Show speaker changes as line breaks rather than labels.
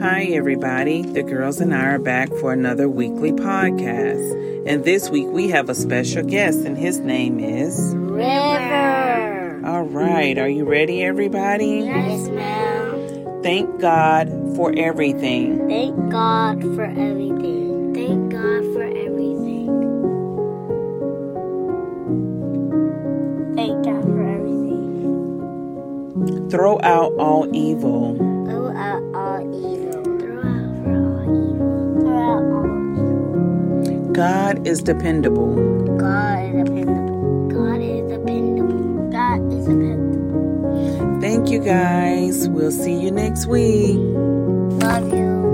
Hi, everybody. The girls and I are back for another weekly podcast. And this week we have a special guest, and his name is.
River.
All right, are you ready, everybody?
Yes, ma'am.
Thank God for everything.
Thank God for everything. Thank God for everything. Thank God for everything.
Throw out all evil.
Throw out all evil. Throw out for all evil. Throw out all
God is dependable.
evil. God is dependable. God is dependable. God is dependable.
Thank you guys. We'll see you next week.
Love you.